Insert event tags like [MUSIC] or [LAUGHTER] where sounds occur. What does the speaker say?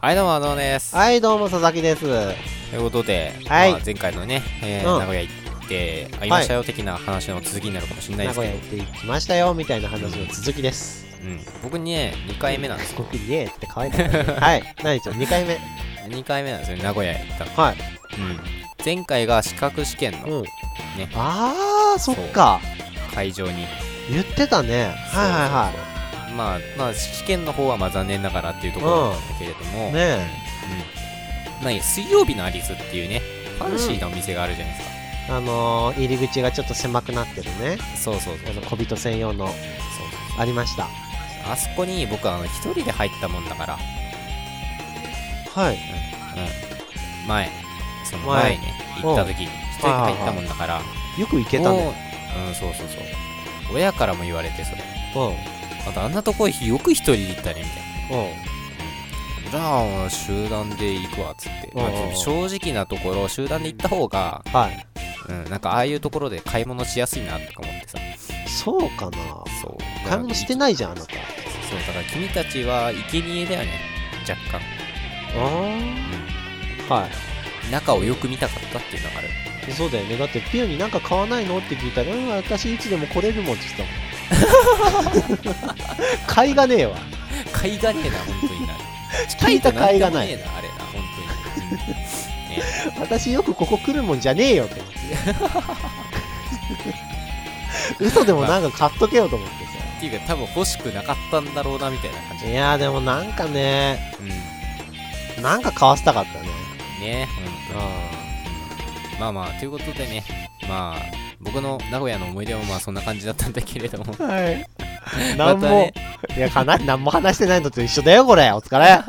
はい、どうも、どうもです。はい、どうも、佐々木です。ということで、はいまあ前回のね、えーうん名古屋行って会いましたよ的な話の続きになるかもしれない名です古けど、屋行ってきましたよ、みたいな話の続きです。うん、僕ね、2回目なんですよ。ごきげって可愛いな。はい、何ちょ、2回目。 2回目なんですよね、名古屋行ったの。はい。うん、前回が資格試験うのん。あー、そっか。会場に、言ってたね。はいはまあ、まあ、試験の方はまあ残念ながらっていうところなんだけれども、ういはい。んねまあ、水曜日のアリスっていうね、ファンシーなお店があるじゃないですか。え。あのー、入り口がちょっと狭くなってるね。そうそうあそうその、う小人専用の、ありました。あそこに僕はあの一人で入ったもんだから、はい。うん、前その前に行った時に一人で入ったもんだからよく行けたもね。ううんそうそうそう親からも言われてそれうん。うん。あとあんなとこよく一人で行ったねみたいなじゃあ集団で行くわっつって、まあうんうんうん正直なところ集団で行った方が、はい。うん、なんかああいうところで買い物しやすいなとか思ってさそうかな。そう買い物してないじゃん、あなた。そうだから君たちは生贄だよね若干あー。はい。中をよく見たかったっていうのがあるそうだよねだってピューになんか買わないのって聞いたら「うん私いつでも来れるもん」って言ってた [LAUGHS] もん買いがねえわ買いがねえな本当にな聞いた甲斐がない聞た甲斐がねえなあれな本当に、うん私よくここ来るもんじゃねえよって思って嘘でもなんか買っとけよと思ってっていうか多分欲しくなかったんだろうなみたいな感じさいやーでもなんかねうんなんか買わせたかったねね本当にまあまあということでねまあ僕の名古屋の思い出もまあそんな感じだったんだけれどもはいま何たも、ねいやかな何も話してないのと一緒だよこれお疲れ